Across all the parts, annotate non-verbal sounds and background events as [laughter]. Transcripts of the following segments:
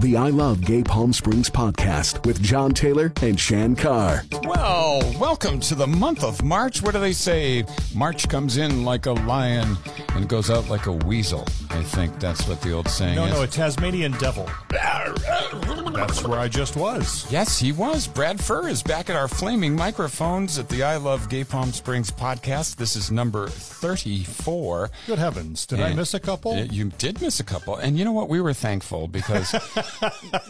The I Love Gay Palm Springs podcast with John Taylor and Shan Carr. Well, welcome to the month of March. What do they say? March comes in like a lion and goes out like a weasel. I think that's what the old saying No, is. no, a Tasmanian devil. That's where I just was. Yes, he was. Brad Furr is back at our flaming microphones at the I Love Gay Palm Springs podcast. This is number 34. Good heavens. Did I And- miss a couple? Uh, You did miss a couple. And you know what? We were thankful [laughs] because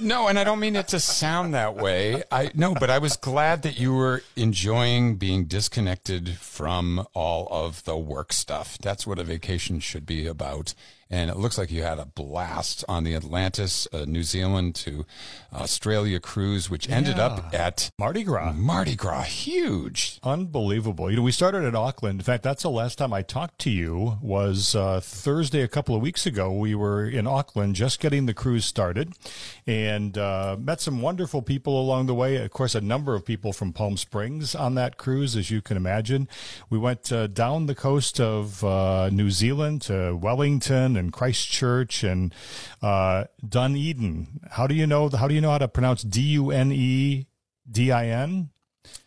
No, and I don't mean it to sound that way. I no, but I was glad that you were enjoying being disconnected from all of the work stuff. That's what a vacation should be about. And it looks like you had a blast on the Atlantis, uh, New Zealand to Australia cruise, which ended up at Mardi Gras. Mardi Gras. Huge. Unbelievable. You know, we started at Auckland. In fact, that's the last time I talked to you was uh, Thursday a couple of weeks ago. We were in Auckland just getting the cruise started and uh, met some wonderful people along the way. Of course, a number of people from Palm Springs on that cruise, as you can imagine. We went uh, down the coast of uh, New Zealand to Wellington and Christchurch and uh, Dunedin. How do you know? How do you know how to pronounce D U N E D I N?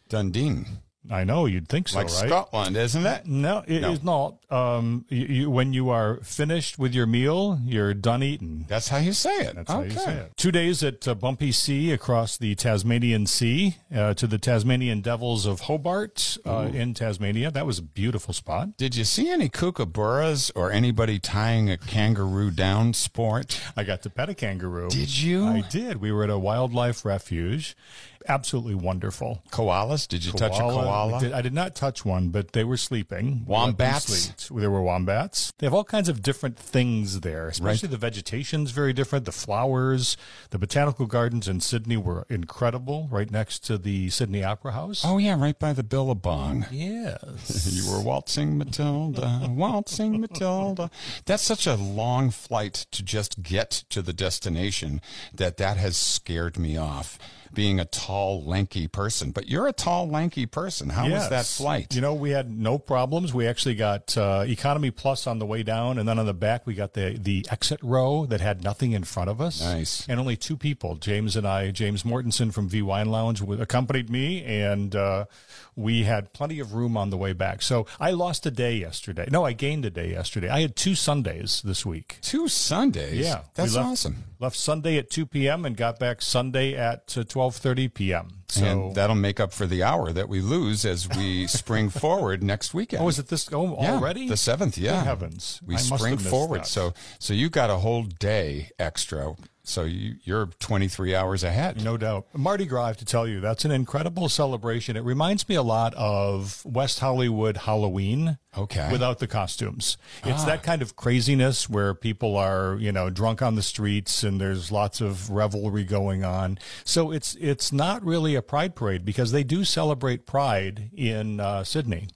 Dundee. I know you'd think so, Like right? Scotland, isn't it? No, it is No. not. Um, you, you, when you are finished with your meal, you're done eating. That's how you say it. That's how you say it. Two days at uh, Bumpy Sea across the Tasmanian Sea uh, to the Tasmanian Devils of Hobart uh, in Tasmania. That was a beautiful spot. Did you see any kookaburras or anybody tying a kangaroo down sport? I got to pet a kangaroo. Did you? I did. We were at a wildlife refuge. Absolutely wonderful. Koalas? Did you touch a koala? I did, I did not touch one, but they were sleeping. We let them Wombats? sleep. There were wombats. They have all kinds of different things there, especially the vegetation's very different. The flowers, the botanical gardens in Sydney were incredible, right next to the Sydney Opera House. Oh, yeah, right by the Billabong. yes. You were waltzing Matilda, waltzing Matilda. That's such a long flight to just get to the destination that that has scared me off. Being a tall, lanky person, but you're a tall, lanky person. How was that Yes. flight? You know, we had no problems. We actually got uh, economy plus on the way down, and then on the back we got the the exit row that had nothing in front of us. Nice. And only two people, James and I. James Mortensen from V Wine Lounge wa- accompanied me, and uh, we had plenty of room on the way back. So I lost a day yesterday. No, I gained a day yesterday. I had two Sundays this week. Two Sundays. Yeah, we that's left- awesome. Left Sunday at 2 p.m. and got back Sunday at uh, 12:30 p.m. So and that'll make up for the hour that we lose as [laughs] we spring forward next weekend. Oh, is it this? Oh, Yeah, already the seventh? Yeah, Good heavens. We I must have spring missed forward. that. So, so you got a whole day extra. So you, you're 23 hours ahead. No doubt. Mardi Gras, I have to tell you, that's an incredible celebration. It reminds me a lot of West Hollywood Halloween. Okay. Ah. Without the costumes. It's that kind of craziness where people are, you know, drunk on the streets and there's lots of revelry going on. So it's it's not really a pride parade because they do celebrate pride in uh, Sydney.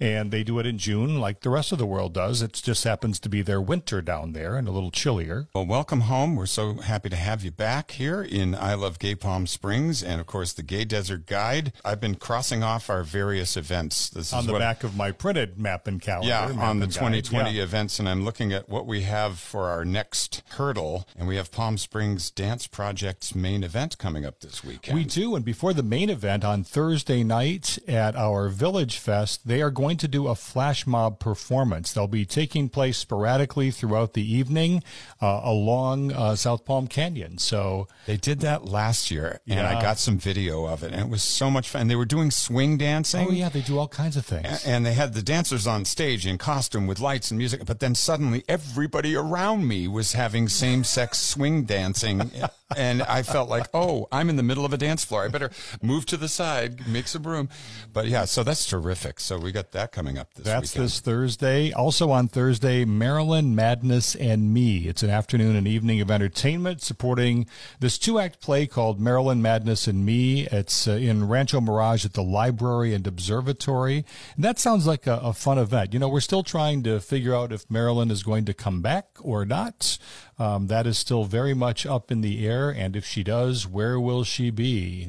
And they do it in June like the rest of the world does. It just happens to be their winter down there and a little chillier. Well, welcome home. We're so happy to have you back here in I Love Gay Palm Springs and, of course, the Gay Desert Guide. I've been crossing off our various events. This On is the what back of my printed map and calendar. Yeah, map on the and guide. 2020 Yeah. events, and I'm looking at what we have for our next hurdle, and we have Palm Springs Dance Project's main event coming up this weekend. We do. And before the main event on Thursday night at our Village Fest, they are going to do a flash mob performance. They'll be taking place sporadically throughout the evening uh, along uh, South Palm Canyon. So oh, They did that last year, and I Yeah. got some video of it, and it was so much fun. They were doing swing dancing. Oh yeah, they do all kinds of things. And they had the dancers on stage in costume with lights and music, but then suddenly everybody around me was having same sex swing dancing. [laughs] and I felt like, oh, I'm in the middle of a dance floor. I better move to the side, make some room. But yeah, so that's terrific. So we got that coming up this That's weekend. this Thursday. Also on Thursday, Maryland Madness and Me. It's an afternoon and evening of entertainment supporting this two act play called Maryland Madness and Me. It's uh, in Rancho Mirage at the Library and Observatory. And that sounds like a, a fun event. You know, we're still trying to figure out if Maryland is going to come back or not. Um, that is still very much up in the air. And if she does, where will she be?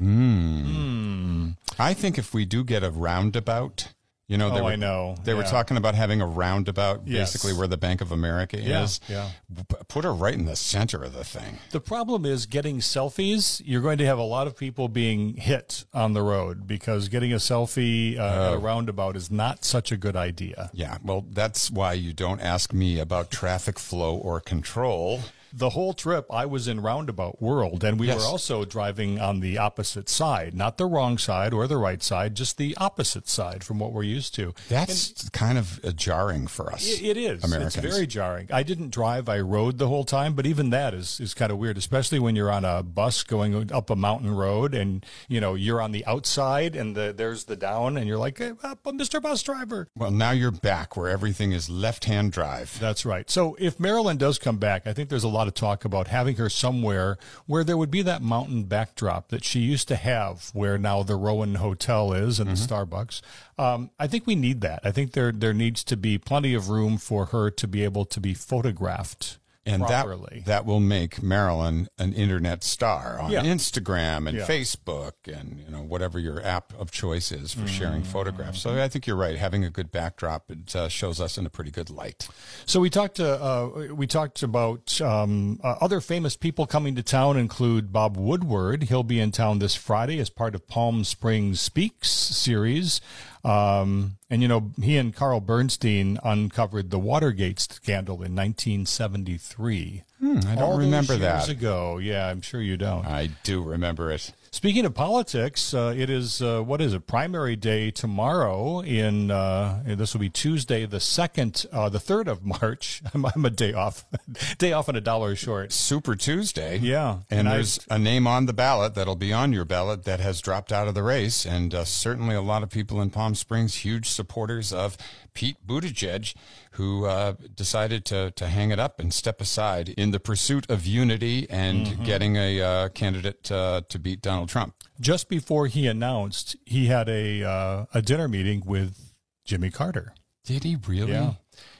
I think if we do get a roundabout, you You know, they Oh, were, I know. They were Yeah. talking about having a roundabout, Yes. basically where the Bank of America Yeah, is. yeah. P- Put her right in the center of the thing. The problem is getting selfies. You're going to have a lot of people being hit on the road because getting a selfie uh, at a roundabout is not such a good idea. Yeah, well, that's why you don't ask me about traffic flow or control. The whole trip, I was in roundabout world, and we Yes. were also driving on the opposite side, not the wrong side or the right side, just the opposite side from what we're used to. That's kind of uh, jarring for us. I- It is. Americans. It's very jarring. I didn't drive. I rode the whole time, but even that is, is kind of weird, especially when you're on a bus going up a mountain road and, you know, you're on the outside and the, there's the down and you're like, hey, uh, but Mr. Bus Driver. Well, now you're back where everything is left-hand drive. That's right. So if Marilyn does come back, I think there's a lot of talk about having her somewhere where there would be that mountain backdrop that she used to have, where now the Rowan Hotel is and the Starbucks. Um, I think we need that. I think there there needs to be plenty of room for her to be able to be photographed and properly. that that will make Marilyn an internet star on Yeah. Instagram and Yeah. Facebook and you know whatever your app of choice is for sharing Mm-hmm. photographs. So I think you're right. Having a good backdrop it uh, shows us in a pretty good light. So we talked to, uh, we talked about um, uh, other famous people coming to town include Bob Woodward. He'll be in town this Friday as part of Palm Springs Speaks series. Um, and you know, he and Carl Bernstein uncovered the Watergate scandal in 1973. Hmm, I don't All those remember years that. ago. Yeah, I'm sure you don't. I do remember it. Speaking of politics, uh, it is uh, what is it? Primary day tomorrow. In uh, and this will be Tuesday, the second, uh, the third of [laughs] March. I'm, I'm a day off, [laughs] day off and a dollar short. Super Tuesday. Yeah, And, and I- there's a name on the ballot that'll be on your ballot that has dropped out of the race. And uh, certainly a lot of people in Palm Springs, huge supporters of Pete Buttigieg, who uh, decided to, to hang it up and step aside in the pursuit of unity and getting a uh, candidate uh, to beat Donald Trump. Just before he announced, he had a uh, a dinner meeting with Jimmy Carter. Did he really? Yeah.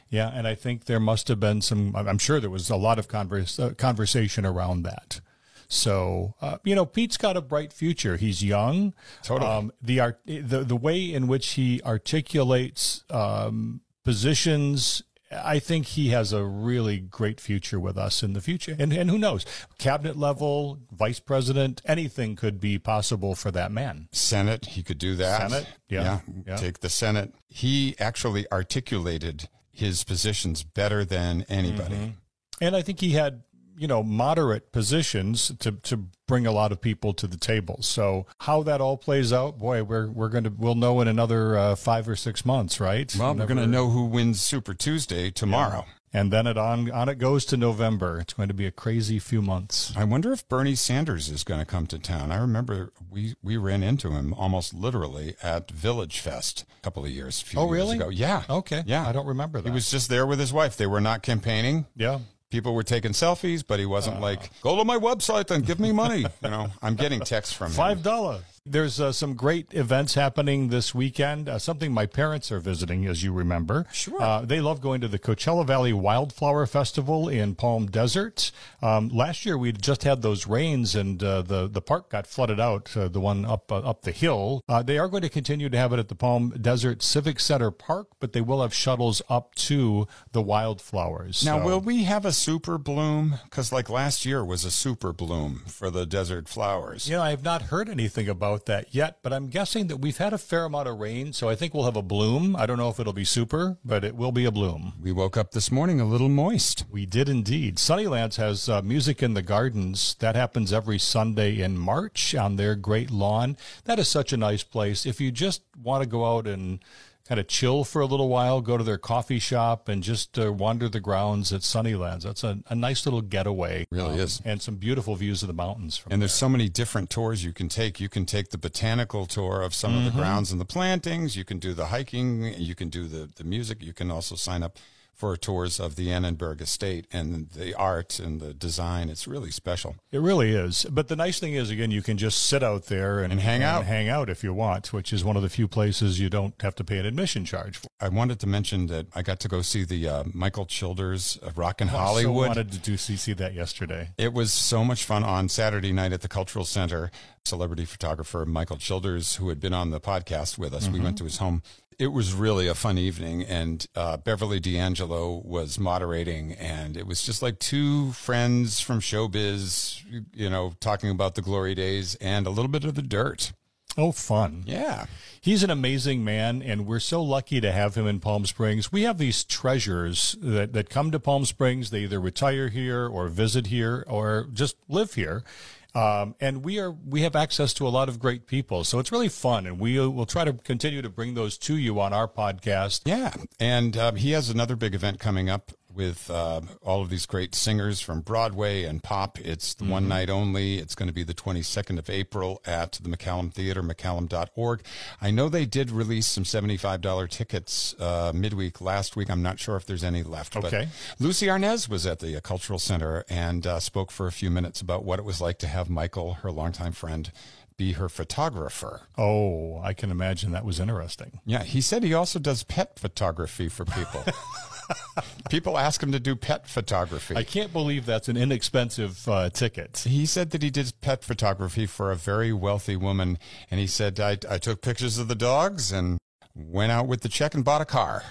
Yeah, and I think there must have been some. I'm I'm sure there was a lot of converse, uh, conversation around that. So uh, you know, Pete's got a bright future. He's young. Um, Totally. the art, the the way in which he articulates um, positions. I think he has a really great future with us in the future, and and who knows, cabinet level, vice president, anything could be possible for that man. Senate, he could do that. Senate, yeah, yeah. Take the Senate. He actually articulated his positions better than anybody. And I think he had, you know, moderate positions to, to bring a lot of people to the table. So how that all plays out, boy, we're we're going to we'll know in another uh, five or six months, right? Well, we're Whenever- going to know who wins Super Tuesday tomorrow. And then it on on it goes to November. It's going to be a crazy few months. I wonder if Bernie Sanders is going to come to town. I remember we, we ran into him almost literally at Village Fest a couple of years, a few Oh, years really? ago. Yeah. Okay. Yeah. I don't remember that. He was just there with his wife. They were not campaigning. yeah. People were taking selfies, but he Ah. wasn't like, go to my website and give me money. [laughs] you know, I'm getting texts from him. Five dollars. There's uh, some great events happening this weekend. Uh, something my parents are visiting, as you remember. Sure. Uh, they love going to the Coachella Valley Wildflower Festival in Palm Desert. Um, last year we just had those rains and uh, the the park got flooded out. Uh, the one up uh, up the hill. Uh, they are going to continue to have it at the Palm Desert Civic Center Park, but they will have shuttles up to the wildflowers. Now, So- will we have a super bloom? Because like last year was a super bloom for the desert flowers. You know, I have not heard anything about that yet, but I'm guessing that we've had a fair amount of rain, so I think we'll have a bloom. I don't know if it'll be super, but it will be a bloom. We woke up this morning a little moist. We did indeed. Sunnylands has uh, Music in the Gardens. That happens every Sunday in March on their great lawn. That is such a nice place. If you just want to go out and kind of chill for a little while, go to their coffee shop and just uh, wander the grounds at Sunnylands. That's a, a nice little getaway. Really is. And some beautiful views of the mountains from And there's so many different tours you can take. You can take the botanical tour of some of the grounds and the plantings. You can do the hiking. You can do the, the music. You can also sign up for tours of the Annenberg estate and the art and the design. It's really special. It really is. But the nice thing is, again, you can just sit out there and, And hang out. hang out if you want, which is one of the few places you don't have to pay an admission charge for. I wanted to mention that I got to go see the uh, Michael Childers uh, Rock and I Hollywood. wanted to do see, see that yesterday. It was so much fun on Saturday night at the Cultural Center. Celebrity photographer Michael Childers, who had been on the podcast with us, we went to his home it was really a fun evening, and uh, Beverly D'Angelo was moderating, and it was just like two friends from showbiz, you know, talking about the glory days and a little bit of the dirt. Oh, fun. Yeah. He's an amazing man, and we're so lucky to have him in Palm Springs. We have these treasures that, that come to Palm Springs. They either retire here or visit here or just live here. Um, and we are we have access to a lot of great people, so it's really fun, and we will try to continue to bring those to you on our podcast. Yeah. And um, he has another big event coming up with uh, all of these great singers from Broadway and pop. It's the one night only. It's going to be the 22nd of April at the McCallum Theater, McCallum.org. I know they did release some $75 tickets uh, midweek last week. I'm not sure if there's any left. Okay. But Lucy Arnez was at the uh, Cultural Center and uh, spoke for a few minutes about what it was like to have Michael, her longtime friend, be her photographer. Oh, I can imagine that was interesting. Yeah, he said he also does pet photography for [laughs] people. people ask him to do pet photography. I can't believe that's an inexpensive uh, ticket. he said that he did pet photography for a very wealthy woman, and he said, I, I took pictures of the dogs and went out with the check and bought a [laughs] car.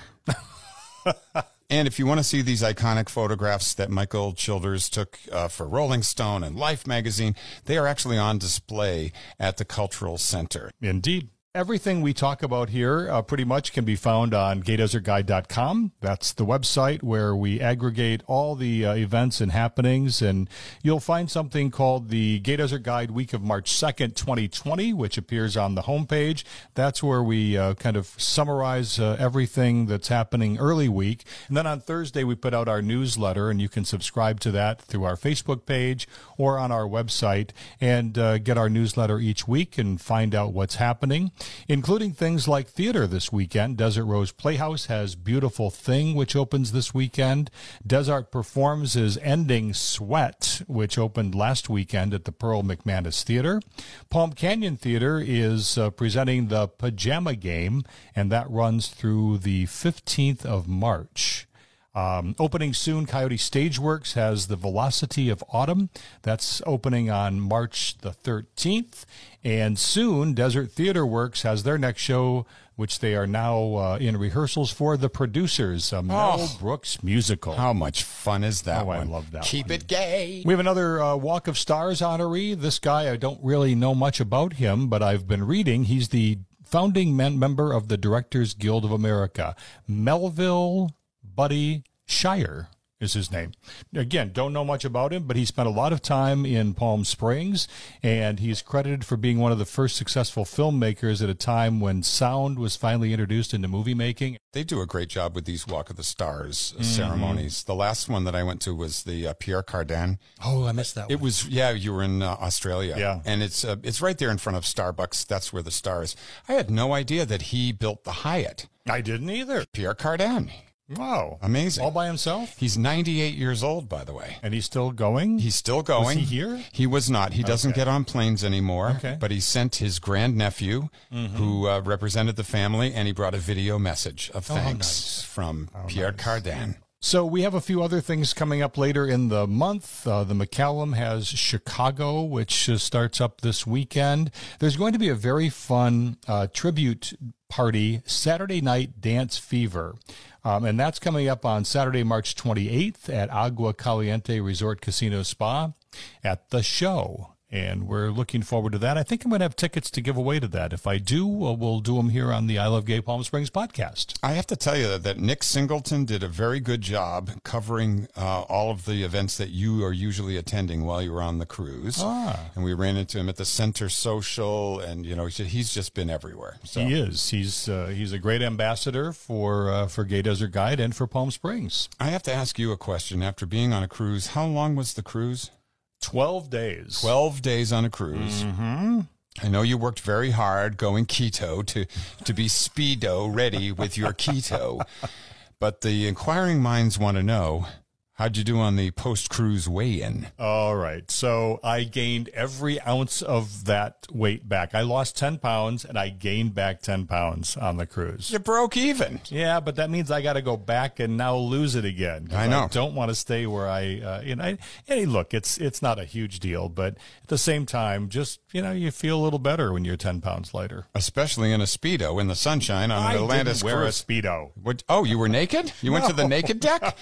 and if you want to see these iconic photographs that Michael Childers took uh, for Rolling Stone and Life magazine, they are actually on display at the Cultural Center. Indeed. Everything we talk about here uh, pretty much can be found on gaydesertguide.com. That's the website where we aggregate all the uh, events and happenings. And you'll find something called the Gay Desert Guide Week of March 2nd, 2020, which appears on the homepage. That's where we uh, kind of summarize uh, everything that's happening early week. And then on Thursday, we put out our newsletter, and you can subscribe to that through our Facebook page or on our website and uh, get our newsletter each week and find out what's happening, including things like theater this weekend. Desert Rose Playhouse has Beautiful Thing, which opens this weekend. Desart Performs is Ending Sweat, which opened last weekend at the Pearl McManus Theater. Palm Canyon Theater is uh, presenting the Pajama Game, and that runs through the 15th of March. Um, opening soon, Coyote Stageworks has The Velocity of Autumn. That's opening on March the 13th. And soon, Desert Theater Works has their next show, which they are now uh, in rehearsals for, The Producers, a Mel Brooks musical. How much fun is that Oh, I one? love that Keep it gay. We have another uh, Walk of Stars honoree. This guy, I don't really know much about him, but I've been reading. He's the founding mem- member of the Directors Guild of America, Melville Buddy Shire. Is his name. Again, don't know much about him, but he spent a lot of time in Palm Springs and he's credited for being one of the first successful filmmakers at a time when sound was finally introduced into movie making. They do a great job with these Walk of the Stars Mm-hmm. ceremonies. The last one that I went to was the uh, Pierre Cardin. Oh, I missed that It was yeah, you were in uh, Australia, Yeah. and it's uh, it's right there in front of Starbucks. That's where the star is. I had no idea that he built the Hyatt. I didn't either. Pierre Cardin, Wow. amazing. All by himself? He's 98 years old, by the way. And he's still going? He's still going. he here? He was not. He doesn't get on planes anymore. Okay. Mm-hmm. But he sent his grandnephew, who uh, represented the family, and he brought a video message of Oh, how thanks from Pierre Cardin. So we have a few other things coming up later in the month. Uh, the McCallum has Chicago, which uh, starts up this weekend. There's going to be a very fun uh, tribute party, Saturday Night Dance Fever. Um, and that's coming up on Saturday, March 28th at Agua Caliente Resort Casino Spa at the show. And we're looking forward to that. I think I'm going to have tickets to give away to that. If I do, uh, we'll do them here on the I Love Gay Palm Springs podcast. I have to tell you that, that Nick Singleton did a very good job covering uh, all of the events that you are usually attending while you were on the cruise. And we ran into him at the Center Social, and you know he- he's just been everywhere. So He is. He's uh, he's a great ambassador for uh, for Gay Desert Guide and for Palm Springs. I have to ask you a question. After being on a cruise, how long was the cruise? Twelve days. 12 days on a cruise. I know you worked very hard going keto to, to be speedo ready with your keto, but the inquiring minds want to know How'd you do on the post cruise weigh in? All right. So I gained every ounce of that weight back. I lost 10 pounds and I gained back 10 pounds on the cruise. You broke even. Yeah, but that means I got to go back and now lose it again. 'Cause I know. don't want to stay where I, uh, you know, I, hey, look, it's it's not a huge deal, but at the same time, just, you know, you feel a little better when you're 10 pounds lighter. Especially in a Speedo in the sunshine on I an Atlantis didn't wear a cruise. Speedo. What, oh, you were naked? You went to the naked deck?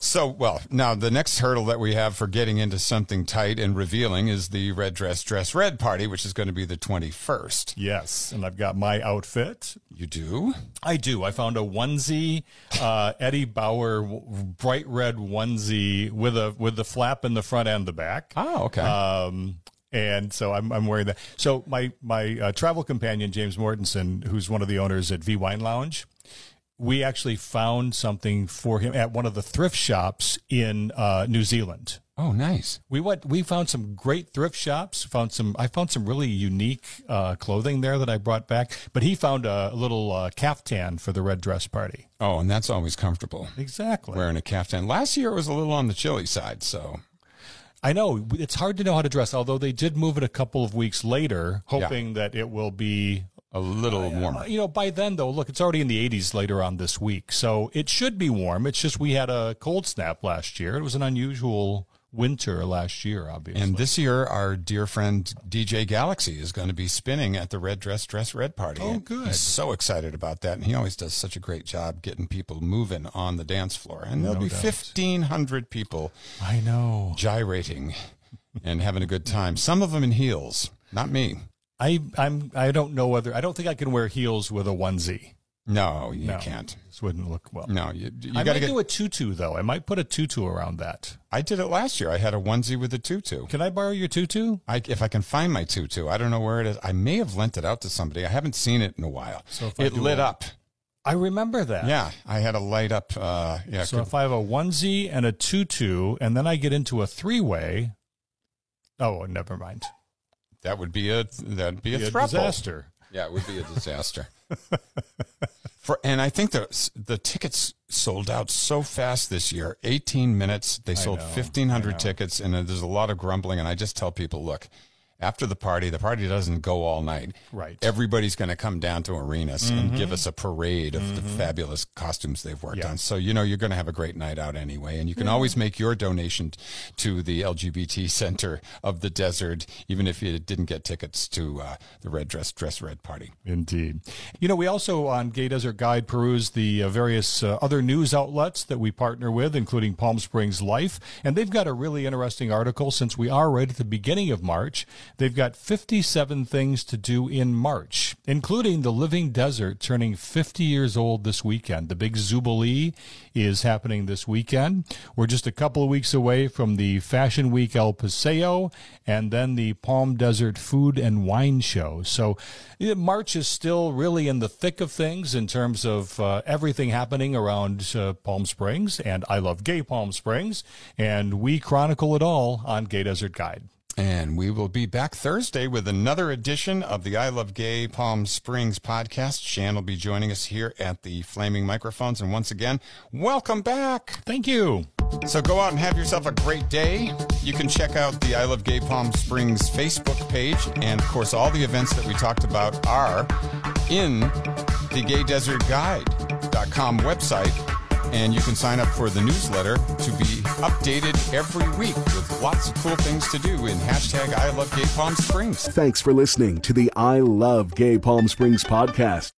So, well, now the next hurdle that we have for getting into something tight and revealing is the Red Dress Dress Red party, which is going to be the 21st. Yes. And I've got my outfit. You do? I do. I found a onesie, uh, Eddie Bauer w- bright red onesie with a with the flap in the front and the back. Oh, okay. Um, and so I'm, I'm wearing that. So my my uh, travel companion James Mortensen, who's one of the owners at V Wine Lounge, we actually found something for him at one of the thrift shops in uh, New Zealand. oh, nice. We went. We found some great thrift shops. Found some. I found some really unique uh, clothing there that I brought back. But he found a little uh, caftan for the red dress party. Oh, and that's always comfortable. Exactly. Wearing a caftan. Last year it was a little on the chilly side, so I know it's hard to know how to dress. Although they did move it a couple of weeks later, hoping that it will be. Uh, a little warmer. You know, by then though, look, it's already in the 80s later on this week, so it should be warm. It's just we had a cold snap last year. It was an unusual winter last year, obviously. And this year, our dear friend DJ Galaxy is going to be spinning at the Red Dress Dress Red Party. Oh, And good. He's so excited about that. And he always does such a great job getting people moving on the dance floor. And there'll be 1,500 people I know. gyrating and having a good time. Some of them in heels, not me. I I'm I don't know whether I don't think I can wear heels with a onesie. No, you No. can't. This wouldn't look well. No, you, I you got might to get. do a tutu though. I might put a tutu around that. I did it last year. I had a onesie with a tutu. Can I borrow your tutu? I, if I can find my tutu, I don't know where it is. I may have lent it out to somebody. I haven't seen it in a while. So if I it do lit a- up. I remember that. Yeah, I had a light up. Uh, yeah, So if I have a onesie and a tutu, and then I get into a three way. Oh, never mind. that would be a that'd be a, Be a throuple. disaster. Yeah, it would be a disaster. [laughs] For and I think the the tickets sold out so fast this year. Eighteen minutes, they sold know, fifteen hundred tickets, and uh, there's a lot of grumbling. And I just tell people, look, after the party, the party doesn't go all night. Right. Everybody's going to come down to arenas and give us a parade of the fabulous costumes they've worked Yeah. on. So you know you're going to have a great night out anyway, and you can always make your donation to the LGBT Center of the Desert, even if you didn't get tickets to uh, the Red Dress Dress Red Party. Indeed. You know, we also on Gay Desert Guide peruse the uh, various uh, other news outlets that we partner with, including Palm Springs Life. And they've got a really interesting article since we are right at the beginning of March. They've got 57 things to do in March, including the Living Desert turning 50 years old this weekend. The big Jubilee is happening this weekend. We're just a couple of weeks away from the Fashion Week El Paseo and then the Palm Desert Food and Wine Show. So yeah, March is still really in the thick of things in terms of uh, everything happening around uh, Palm Springs and I Love Gay Palm Springs. And we chronicle it all on Gay Desert Guide. And we will be back Thursday with another edition of the I Love Gay Palm Springs podcast. Shan will be joining us here at the Flaming Microphones. And once again, welcome back. Thank you. So go out and have yourself a great day. You can check out the I Love Gay Palm Springs Facebook page. And of course, all the events that we talked about are in the gaydesertguide.com website. And you can sign up for the newsletter to be updated every week with lots of cool things to do in hashtag I Love Gay Palm Springs. Thanks for listening to the I Love Gay Palm Springs podcast.